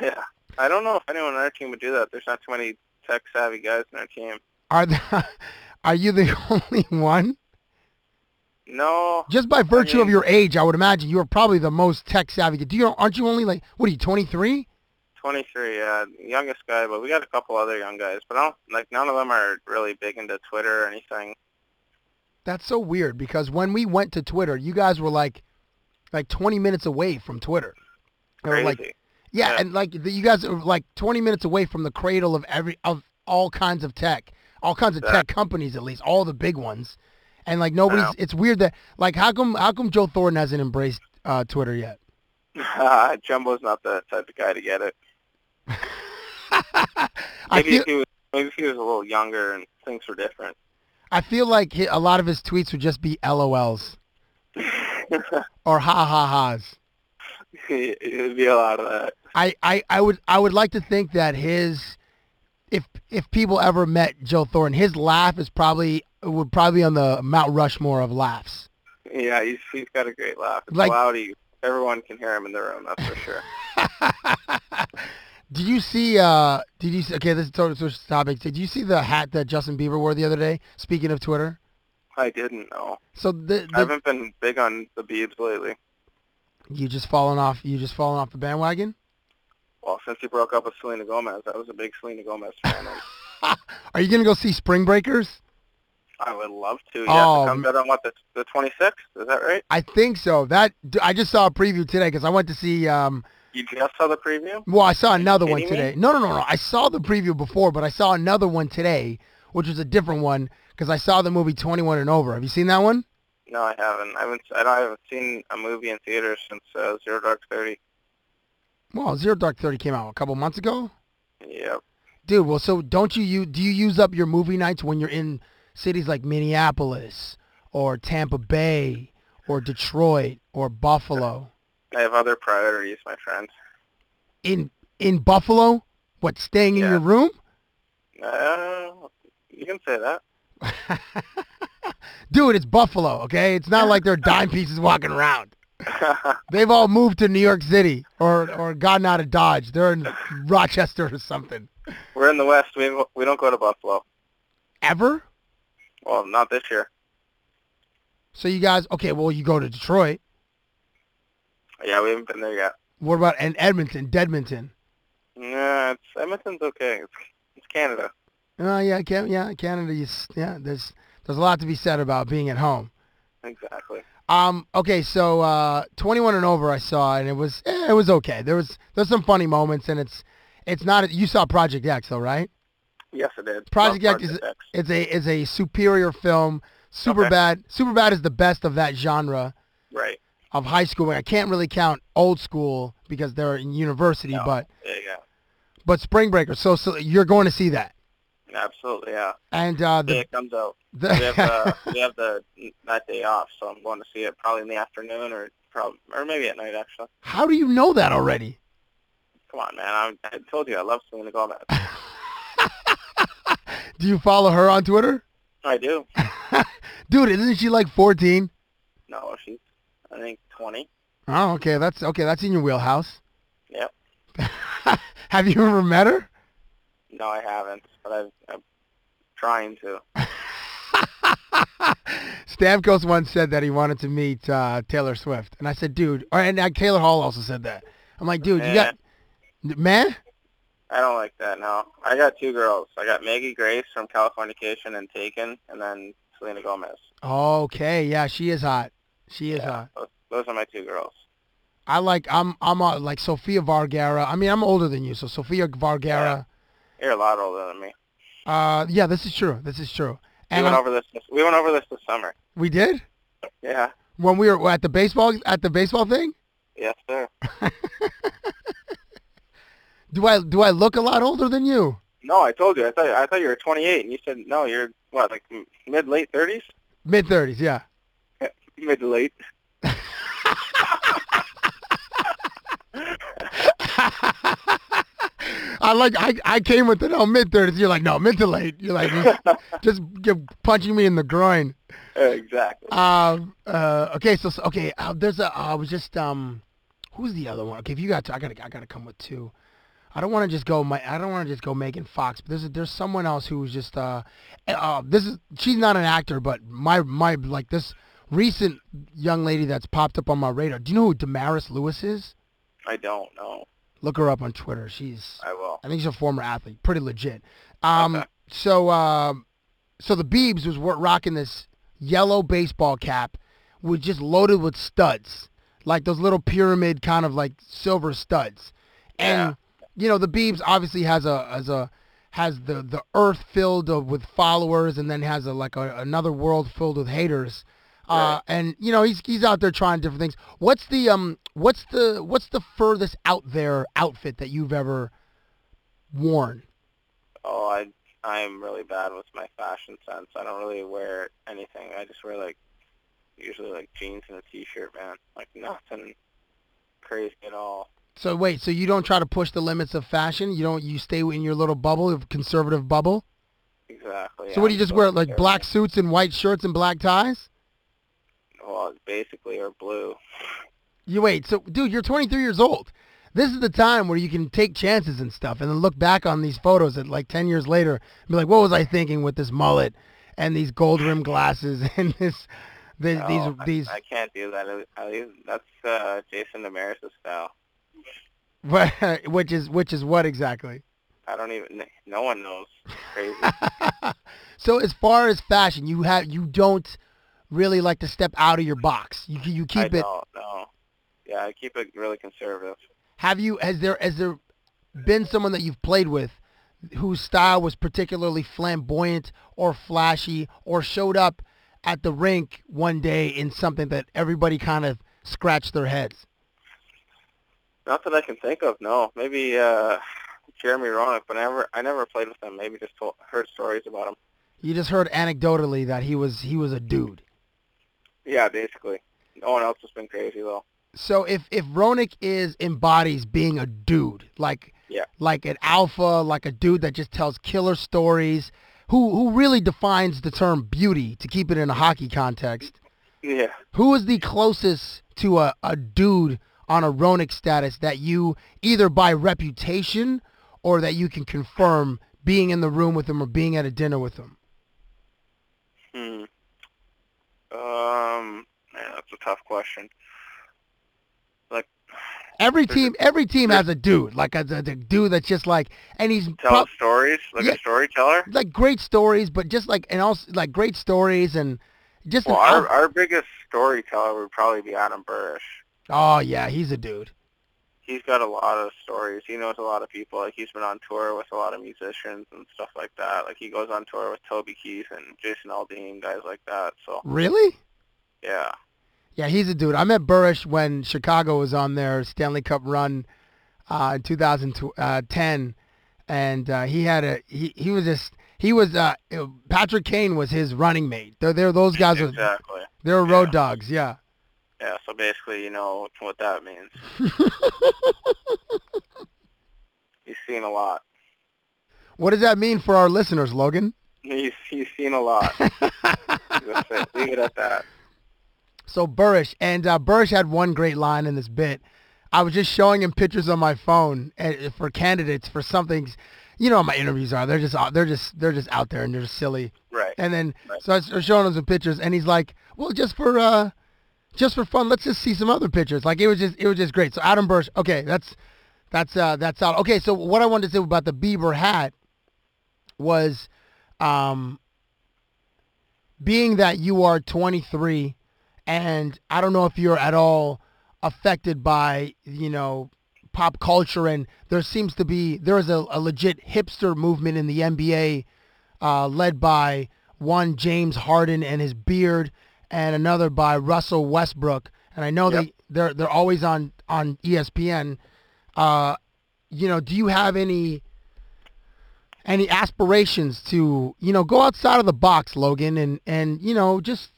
Speaker 6: Yeah. I don't know if anyone on our team would do that. There's not too many tech savvy guys in our team.
Speaker 4: Are the, [laughs] are you the [laughs] only one?
Speaker 6: No.
Speaker 4: Just by virtue of
Speaker 6: mean-
Speaker 4: your age, I would imagine you are probably the most tech savvy. Do you aren't you only like what are you 23?
Speaker 6: 23, yeah, youngest guy, but we got a couple other young guys, but I don't like none of them are really big into Twitter or anything.
Speaker 4: That's so weird because when we went to Twitter, you guys were like like 20 minutes away from Twitter. They were
Speaker 6: Crazy. [laughs]
Speaker 4: like yeah,
Speaker 6: Yeah.
Speaker 4: and like the, you guys are like 20 minutes away from the cradle of every of all kinds of tech, all kinds of tech companies at least, all the big ones. And like nobody's
Speaker 6: Yeah.
Speaker 4: it's weird that like how come how come Joe Thornton hasn't embraced uh, Twitter yet?
Speaker 6: Jumbo's not the type of guy to get it.
Speaker 4: I
Speaker 6: Maybe
Speaker 4: feel
Speaker 6: if he was maybe if he was a little younger and things were different. [laughs]
Speaker 4: I feel like he, a lot of his tweets would just be
Speaker 6: [laughs]
Speaker 4: LOLs or ha ha ha's.
Speaker 6: it would be a lot of that.
Speaker 4: I, I, I would I would like to think that his if if people ever met Joe Thornton, his laugh is probably would probably be on the Mount Rushmore of laughs.
Speaker 6: Yeah, he's he's got a great laugh. It's
Speaker 4: Like-
Speaker 6: loudy. Everyone can hear him in the room, that's for
Speaker 4: [laughs]
Speaker 6: sure.
Speaker 4: Did you see uh did you see, okay, this is totally switch topic. Did you see the hat that Justin Bieber wore the other day? Speaking of Twitter?
Speaker 6: I didn't know.
Speaker 4: So the,
Speaker 6: I
Speaker 4: the
Speaker 6: haven't been big on the Beebs lately.
Speaker 4: you just falling off you just falling off the bandwagon?
Speaker 6: Well, since he broke up with Selena Gomez, I was a big Selena Gomez fan. [laughs] and
Speaker 4: Are you gonna go see Spring Breakers?
Speaker 6: I would love to. Yeah,
Speaker 4: Oh,
Speaker 6: it comes out on what the the 26th. Is that right?
Speaker 4: I think so. That d- I just saw a preview today because I went to see. Um,
Speaker 6: You just saw the preview?
Speaker 4: well, I saw another one
Speaker 6: kidding me?
Speaker 4: today. No, no, no, no. I saw the preview before, but I saw another one today, which was a different one because I saw the movie Twenty One and Over. Have you seen that one?
Speaker 6: No, I haven't. I haven't. I, don't, I haven't seen a movie in theaters since uh, Zero Dark Thirty.
Speaker 4: Well, Zero Dark Thirty came out a couple months ago,
Speaker 6: Yep.
Speaker 4: dude. Well, so don't you, you do you use up your movie nights when you're in cities like Minneapolis or Tampa Bay or Detroit or Buffalo?
Speaker 6: I have other priorities, my friend.
Speaker 4: In in Buffalo, what staying in
Speaker 6: Yeah.
Speaker 4: your room?
Speaker 6: Uh, you can say that.
Speaker 4: Dude, it's Buffalo, okay? It's not like they're dime pieces walking around. They've all moved to New York City or, or gotten out of Dodge. They're in Rochester or something.
Speaker 6: We're in the West. We we don't go to Buffalo.
Speaker 4: Ever?
Speaker 6: Well, not this year.
Speaker 4: So you guys, okay, well, you go to Detroit.
Speaker 6: Yeah, we haven't been there yet.
Speaker 4: What about and Edmonton, Dedmonton?
Speaker 6: Nah, it's Edmonton's okay. It's, it's Canada.
Speaker 4: Oh, yeah, Can- yeah, Canada, is, yeah, there's, there's a lot to be said about being at home.
Speaker 6: Exactly.
Speaker 4: Um. Okay. So, uh, 21 and over, I saw, and it was eh, it was okay. There was there's some funny moments, and it's it's not. You saw Project X, though, right?
Speaker 6: Yes, it is.
Speaker 4: Project
Speaker 6: Love
Speaker 4: X is
Speaker 6: Project X.
Speaker 4: is a is a superior film. Superbad Superbad is the best of that genre
Speaker 6: Right.
Speaker 4: of high school. I can't really count old school because they're in university, but
Speaker 6: There you
Speaker 4: but Spring Breaker. So so you're going to see that.
Speaker 6: go. Absolutely. Yeah.
Speaker 4: And uh,
Speaker 6: The day
Speaker 4: the,
Speaker 6: it comes out.
Speaker 4: the
Speaker 6: we have
Speaker 4: [laughs]
Speaker 6: uh, we have the that day off, so I'm going to see it probably in the afternoon or probably or maybe at night actually.
Speaker 4: how do you know that already?
Speaker 6: Come on, man! I, I told you I love Selena Gomez.
Speaker 4: Do you follow her on Twitter,
Speaker 6: I do.
Speaker 4: dude? Isn't she like 14?
Speaker 6: No, she's I think 20.
Speaker 4: Oh, okay. That's okay. That's in your wheelhouse.
Speaker 6: Yep.
Speaker 4: Have you [laughs] ever met her?
Speaker 6: No, I haven't, but I've, I'm trying to.
Speaker 4: Stamkos once said that he wanted to meet uh, Taylor Swift, and I said, "Dude," or, and uh, Taylor Hall also said that. I'm like, "Dude, you got man."
Speaker 6: I don't like that. No, I got two girls. I got Maggie Grace from Californication and Taken, and then Selena Gomez.
Speaker 4: Okay, yeah, she is hot. She is hot.
Speaker 6: Those, those are my two girls.
Speaker 4: I like. I'm. I'm uh, like Sofia Vergara. I mean, I'm older than you, so Sofia Vergara.
Speaker 6: You're a lot older than me.
Speaker 4: Uh, yeah, this is true. This is true.
Speaker 6: We
Speaker 4: And
Speaker 6: went
Speaker 4: I'm-
Speaker 6: over this. We went over this this summer.
Speaker 4: we did
Speaker 6: Yeah.
Speaker 4: when we were at the baseball at the baseball thing.
Speaker 6: Yes, sir.
Speaker 4: Do I do I look a lot older than you?
Speaker 6: No, I told you. I thought I thought you were 28, and you said no. You're what, like m- mid late 30s?
Speaker 4: Mid thirties, yeah.
Speaker 6: [laughs] Mid late. [laughs]
Speaker 4: I like I, I came with it. Oh, mid thirties. You're like no, mid to late. You're like just, just get- punching me in the groin.
Speaker 6: Uh, exactly.
Speaker 4: Um. Uh. Okay. So. so- Okay. Uh, there's a. I was just. Um. Who's the other one? Okay. If you got. Two, I gotta. I gotta come with two. I don't want to just go. My. I don't want to just go Megan Fox. But there's. A, there's someone else who's just. Uh. Uh. This is. She's not an actor, but my. My. Like this recent young lady that's popped up on my radar. Do you know who Damaris Lewis is?
Speaker 6: I don't know.
Speaker 4: Look her up on Twitter. She's.
Speaker 6: I will.
Speaker 4: I think she's a former athlete, pretty legit. Um,
Speaker 6: Okay.
Speaker 4: so um, so the Beebs was wor- rocking this yellow baseball cap, was just loaded with studs, like those little pyramid kind of like silver studs, and you know the Beebs obviously has a as a has the the earth filled of, with followers, and then has a like a, another world filled with haters. Uh, and you know he's he's out there trying different things. What's the um what's the what's the furthest out there outfit that you've ever worn?
Speaker 6: Oh, I I'm really bad with my fashion sense. I don't really wear anything. I just wear like usually like jeans and a t-shirt, man. Like nothing crazy at all.
Speaker 4: So wait, so you don't try to push the limits of fashion? You don't you stay in your little bubble of conservative bubble?
Speaker 6: Exactly.
Speaker 4: so what do
Speaker 6: I'm
Speaker 4: you just
Speaker 6: so
Speaker 4: wear like
Speaker 6: terrible.
Speaker 4: black suits and white shirts and black ties?
Speaker 6: Well, basically, or blue.
Speaker 4: You wait, so dude, you're 23 years old. This is the time where you can take chances and stuff and then look back on these photos at like 10 years later and be like, "What was I thinking with this mullet and these gold-rimmed glasses [laughs] and this, this
Speaker 6: No, Oh, I-
Speaker 4: these these
Speaker 6: I, can't do that. At at least that's uh, Jason Damaris' style.
Speaker 4: which is which is [laughs] what exactly?"
Speaker 6: I don't even. No one knows. It's Crazy.
Speaker 4: [laughs] So as far as fashion, you have you don't really like to step out of your box. You you
Speaker 6: I
Speaker 4: keep it.
Speaker 6: don't know. Yeah, I keep it really conservative.
Speaker 4: Have you has there has there been someone that you've played with whose style was particularly flamboyant or flashy or showed up at the rink one day in something that everybody kind of scratched their heads?
Speaker 6: Not that I can think of. No, maybe uh, Jeremy Roenick, but I never, I never played with him. Maybe just told, heard stories about him.
Speaker 4: You just heard anecdotally that he was he was a dude.
Speaker 6: Yeah, basically. No one else has been crazy though.
Speaker 4: So if if Ronick is embodies being a dude, like
Speaker 6: Yeah.
Speaker 4: like an alpha, like a dude that just tells killer stories, who who really defines the term beauty to keep it in a hockey context,
Speaker 6: Yeah.
Speaker 4: who is the closest to a, a dude on a Ronick status that you either by reputation or that you can confirm being in the room with him or being at a dinner with him?
Speaker 6: Hmm. Um. Man, that's a tough question. Like
Speaker 4: Every team every team has a dude, like a, a, a dude that's just like and he's
Speaker 6: tell
Speaker 4: prob-
Speaker 6: stories, like
Speaker 4: Yeah.
Speaker 6: a storyteller.
Speaker 4: like great stories, but just like and also like great stories and just an
Speaker 6: Well, our
Speaker 4: out-
Speaker 6: our biggest storyteller would probably be Adam Burrish.
Speaker 4: oh yeah, he's a dude.
Speaker 6: He's got a lot of stories. He knows a lot of people. Like he's been on tour with a lot of musicians and stuff like that. Like he goes on tour with Toby Keith and Jason Aldean, guys like that. So
Speaker 4: Really?
Speaker 6: yeah,
Speaker 4: Yeah, he's a dude. I met Burrish when Chicago was on their Stanley Cup run uh, in 2010, uh, and uh, he had a he, he was just he was uh, Patrick Kane was his running mate. They're, they're those guys. Were,
Speaker 6: exactly.
Speaker 4: they're road
Speaker 6: yeah.
Speaker 4: dogs. Yeah.
Speaker 6: Yeah. So basically, you know what that means. he's seen a lot.
Speaker 4: What does that mean for our listeners, Logan?
Speaker 6: He's he's seen a lot. That's it. Leave it at that.
Speaker 4: So Burrish and uh, Burrish had one great line in this bit. I was just showing him pictures on my phone and, uh, for candidates for something. You know how my interviews are. They're just out- they're just they're just out there and they're silly.
Speaker 6: Right.
Speaker 4: And then
Speaker 6: Right.
Speaker 4: so I was showing him some pictures and he's like, well, just for uh, just for fun, let's just see some other pictures. Like it was just it was just great. So Adam Burrish. Okay, that's that's uh that's out. Okay, so what I wanted to say about the Bieber hat was, um, being that you are 23 and I don't know if you're at all affected by you know pop culture and there seems to be there is a, a legit hipster movement in the NBA uh, led by one James Harden and his beard and another by Russell Westbrook and I know they they're they're always on on E ESPN uh, you know do you have any any aspirations to you know go outside of the box Logan and and you know just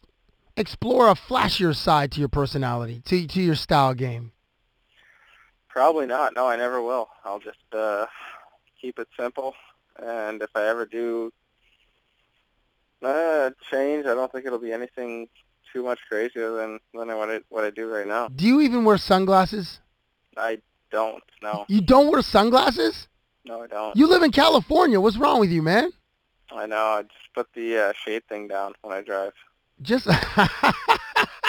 Speaker 4: explore a flashier side to your personality, to to your style game.
Speaker 6: Probably not. No, I never will. I'll just uh, keep it simple. And if I ever do Uh, change. I don't think it'll be anything too much crazier than than what I what I do right now.
Speaker 4: Do you even wear sunglasses?
Speaker 6: I don't. No,
Speaker 4: You don't wear sunglasses?
Speaker 6: no, I don't.
Speaker 4: You live in California. What's wrong with you, man?
Speaker 6: I know. I just put the uh, shade thing down when I drive.
Speaker 4: Just [laughs]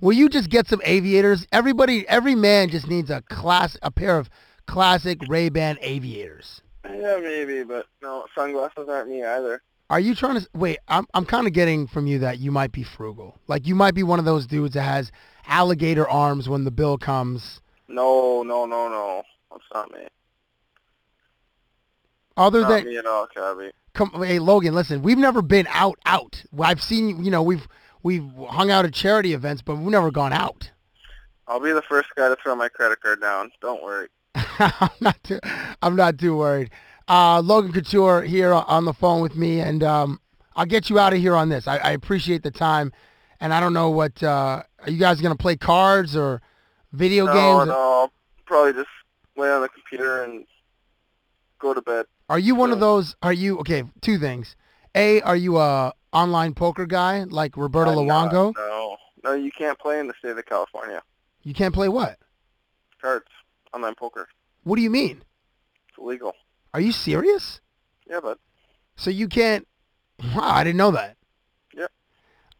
Speaker 4: Will you just get some aviators? Everybody every man just needs a class a pair of classic Ray-Ban aviators.
Speaker 6: Yeah, maybe, but no, sunglasses aren't me either.
Speaker 4: Are you trying to s- wait? I'm I'm kind of getting from you that you might be frugal. Like you might be one of those dudes that has alligator arms when the bill comes.
Speaker 6: No, no, no, no. That's not me.
Speaker 4: Other
Speaker 6: Not
Speaker 4: than
Speaker 6: me at all, Cabby.
Speaker 4: come, hey Logan, listen, we've never been out out. I've seen you know we've we've hung out at charity events, but we've never gone out. [laughs]
Speaker 6: I'll be the first guy to throw my credit card down. Don't worry.
Speaker 4: I'm not too I'm not too worried. Uh, Logan Couture here on the phone with me, and um, I'll get you out of here on this. I, I appreciate the time, and I don't know what uh, are you guys gonna play cards or video
Speaker 6: No,
Speaker 4: games?
Speaker 6: no. I'll probably just lay on the computer and go to bed.
Speaker 4: Are you one of
Speaker 6: Yeah.
Speaker 4: those? Are you okay? Two things. A, are you a online poker guy like Roberto
Speaker 6: I'm not-
Speaker 4: Luongo?
Speaker 6: No, no, you can't play in the state of California.
Speaker 4: You can't play what?
Speaker 6: Cards, online poker,
Speaker 4: What do you mean?
Speaker 6: it's illegal.
Speaker 4: Are you serious?
Speaker 6: Yeah, but
Speaker 4: So you can't? Wow, I didn't know that.
Speaker 6: Yep.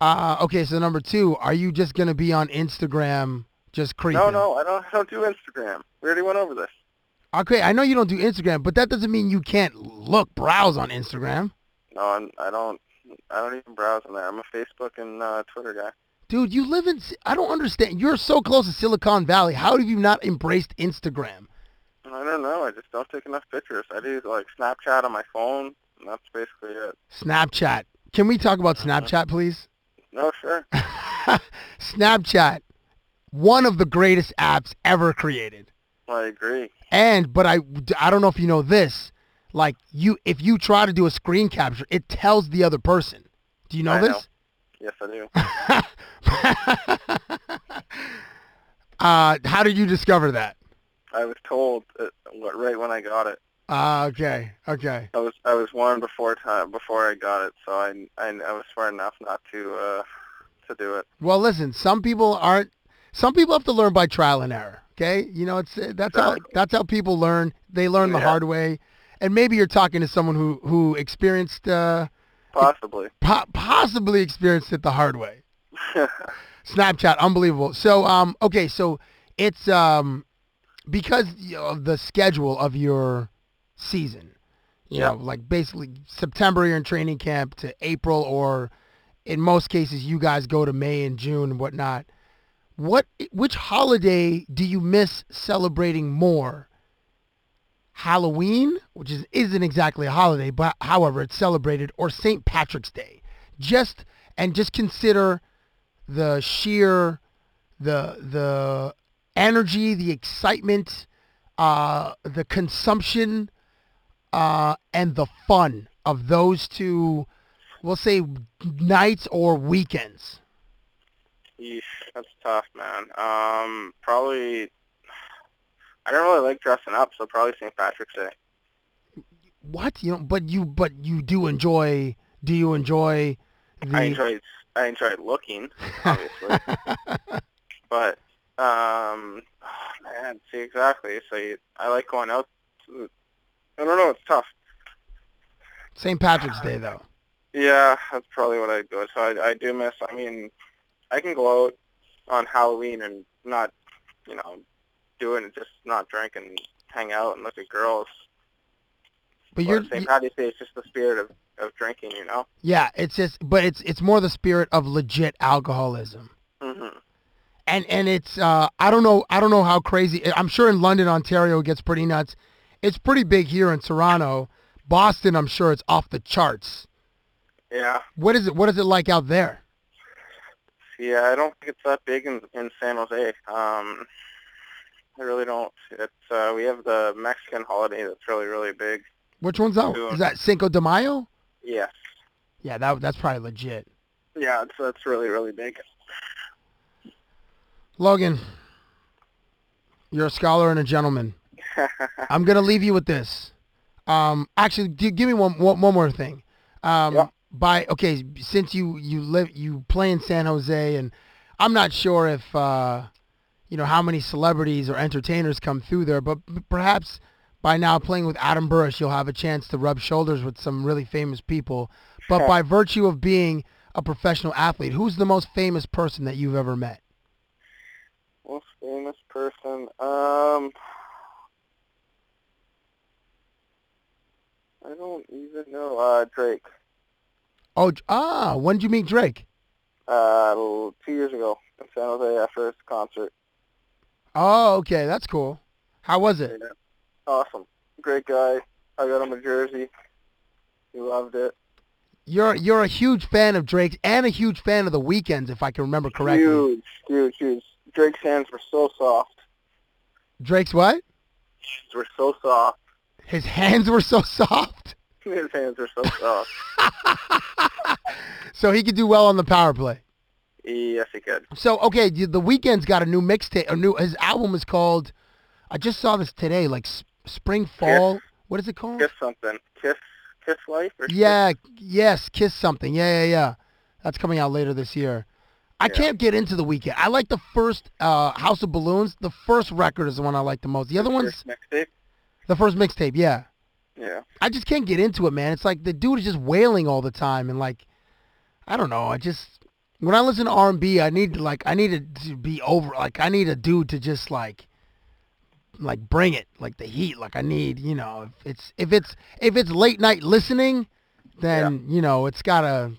Speaker 4: Uh, okay, so number two, are you just gonna be on Instagram just creeping?
Speaker 6: no, no, I don't. I don't do Instagram. We already went over this.
Speaker 4: Okay, I know you don't do Instagram, but that doesn't mean you can't look browse on Instagram,
Speaker 6: No, I'm, I don't. I don't even browse on there. I'm a Facebook and uh, Twitter guy.
Speaker 4: dude. You live in. Si- I don't understand. You're so close to Silicon Valley. How have you not embraced Instagram?
Speaker 6: I don't know. I just don't take enough pictures. I do like Snapchat on my phone. And that's basically it.
Speaker 4: Snapchat. Can we talk about
Speaker 6: Uh-huh.
Speaker 4: Snapchat, please?
Speaker 6: No,
Speaker 4: [laughs]
Speaker 6: sure.
Speaker 4: Snapchat, one of the greatest apps ever created.
Speaker 6: I agree.
Speaker 4: And but I I don't know if you know this, like you if you try to do a screen capture, it tells the other person. Do you know
Speaker 6: I know.
Speaker 4: this?
Speaker 6: Yes, I do.
Speaker 4: Uh, how did you discover that?
Speaker 6: I was told uh, right when I got it.
Speaker 4: Uh, okay, okay.
Speaker 6: I was I was warned before time before I got it, so I I, I was smart enough not to uh, to do it.
Speaker 4: Well, listen, some people aren't. Some people have to learn by trial and error. Okay, you know it's that's how
Speaker 6: Exactly.
Speaker 4: that's how people learn. They learn the
Speaker 6: Yeah.
Speaker 4: hard way, and maybe you're talking to someone who who experienced uh,
Speaker 6: Possibly.
Speaker 4: po- possibly experienced it the hard way. Snapchat, unbelievable. So um, okay, so it's um, because you know, of the schedule of your season. You know, like basically September you're in training camp to April, or in most cases you guys go to May and June and whatnot. What which holiday do you miss celebrating more? Halloween, which is isn't exactly a holiday, but however it's celebrated, or St. Patrick's Day. Just and just consider the sheer the the energy, the excitement, uh, the consumption, uh, and the fun of those two, we'll say nights or weekends.
Speaker 6: Yeesh, that's tough, man. Um, probably. I don't really like dressing up, so probably St. Patrick's Day.
Speaker 4: What you know, but you but you do enjoy. Do you enjoy? The,
Speaker 6: I enjoyed I enjoyed looking, obviously, but um, man, see exactly. So you, I like going out. to- I don't know, it's tough.
Speaker 4: St. Patrick's Day though.
Speaker 6: Yeah, that's probably what I'd go. So I, I do miss. I mean, I can go out on Halloween and not, you know, do it and just not drink and hang out and look at girls.
Speaker 4: But you're
Speaker 6: But St. Patty's Day is just the spirit of of drinking, you know.
Speaker 4: yeah. It's just but it's it's more the spirit of legit alcoholism.
Speaker 6: hmm
Speaker 4: and and it's uh, I don't know I don't know how crazy I'm sure in London Ontario it gets pretty nuts. It's pretty big here in Toronto, Boston. I'm sure it's off the charts.
Speaker 6: Yeah,
Speaker 4: What is it? What is it like out there?
Speaker 6: yeah. I don't think it's that big in in San Jose. Um, I really don't. It's uh, we have the Mexican holiday that's really really big.
Speaker 4: Which one's that?
Speaker 6: Sure.
Speaker 4: Is that Cinco de Mayo?
Speaker 6: Yes.
Speaker 4: Yeah, that that's probably legit.
Speaker 6: Yeah, it's that's really really big.
Speaker 4: Logan, you're a scholar and a gentleman. I'm gonna leave you with this. Um, actually, gi- give me one one, one more thing. Um,
Speaker 6: Yeah.
Speaker 4: by okay since you you live you play in San Jose and I'm not sure if uh, you know how many celebrities or entertainers come through there, but p- perhaps by now playing with Adam Burrish, you'll have a chance to rub shoulders with some really famous people. But by virtue of being a professional athlete, who's the most famous person that you've ever met?
Speaker 6: Most famous person. Um, I don't even know. Uh, Drake.
Speaker 4: Oh, J- ah, when did you meet Drake?
Speaker 6: Uh, two years ago in San Jose after his concert.
Speaker 4: Oh, okay, that's cool. How was it?
Speaker 6: Yeah. Awesome. Great guy. I got him a jersey. He loved it.
Speaker 4: You're you're a huge fan of Drake's and a huge fan of the Weekends, if I can remember correctly.
Speaker 6: Huge, huge, huge. Drake's hands were so soft.
Speaker 4: Drake's what?
Speaker 6: His were so soft. [laughs]
Speaker 4: His hands were so [laughs] soft,
Speaker 6: His hands were so soft.
Speaker 4: so he could do well on the power play.
Speaker 6: yes, he could.
Speaker 4: So okay, the the weekend's got a new mixtape. A new his album is called. I just saw this today, like s- spring fall. What is it called?
Speaker 6: Kiss something. Kiss, kiss life. Or
Speaker 4: Yeah, yes, kiss something. Yeah, yeah, yeah. That's coming out later this year. I can't get into the weekend. I like the first uh, House of Balloons. The first record is the one I like the most. The other one's
Speaker 6: Next day.
Speaker 4: the first mixtape. Yeah.
Speaker 6: Yeah.
Speaker 4: I just can't get into it, man. It's like the dude is just wailing all the time, and like, I don't know. I just when I listen to R and B, I need to like I need to be over. Like I need a dude to just like, like bring it, like the heat. Like I need, you know, if it's if it's if it's late night listening, then you know it's gotta.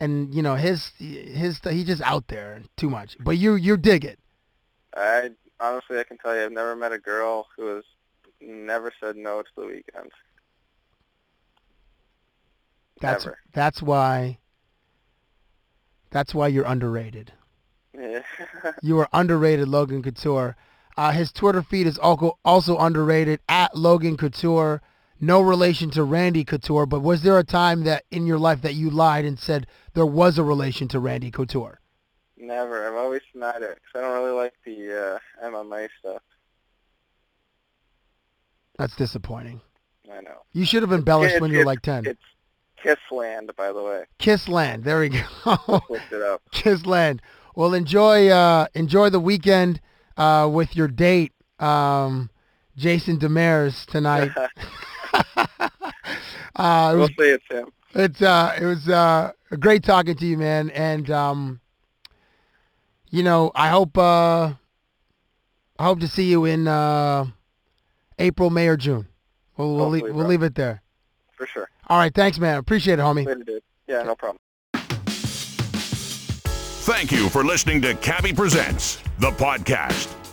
Speaker 4: And you know his his he just out there too much. But you you dig it.
Speaker 6: I honestly, I can tell you, I've never met a girl who has never said no to the weekend. [laughs]
Speaker 4: That's
Speaker 6: Never.
Speaker 4: that's why. That's why you're underrated.
Speaker 6: Yeah.
Speaker 4: You are underrated, Logan Couture. Uh, his Twitter feed is also, also underrated at Logan Couture. No relation to Randy Couture, but was there a time that in your life that you lied and said there was a relation to Randy Couture?
Speaker 6: never. I've always denied it 'cause I don't really like the uh, MMA stuff.
Speaker 4: That's disappointing.
Speaker 6: I know.
Speaker 4: You should have embellished
Speaker 6: It's-
Speaker 4: when you were
Speaker 6: it's-
Speaker 4: like 10.
Speaker 6: It's Kissland, by the way.
Speaker 4: Kiss Land. There we go. [laughs]
Speaker 6: Looked it up.
Speaker 4: Kiss Land. Well, enjoy uh, enjoy the weekend uh, with your date, um, Jason Demers
Speaker 6: [laughs]
Speaker 4: tonight. uh, it
Speaker 6: We'll
Speaker 4: was
Speaker 6: say it's him.
Speaker 4: It's uh, it was uh, great talking to you, man, and um, you know, I hope uh, I hope to see you in uh, April, May, or June. We'll we'll, leave,
Speaker 6: Hopefully,
Speaker 4: we'll
Speaker 6: bro.
Speaker 4: leave it there.
Speaker 6: For sure.
Speaker 4: All right, thanks, man. Appreciate it, homie.
Speaker 6: Later, dude. Yeah, no problem.
Speaker 3: Thank you for listening to Cabby Presents, the podcast.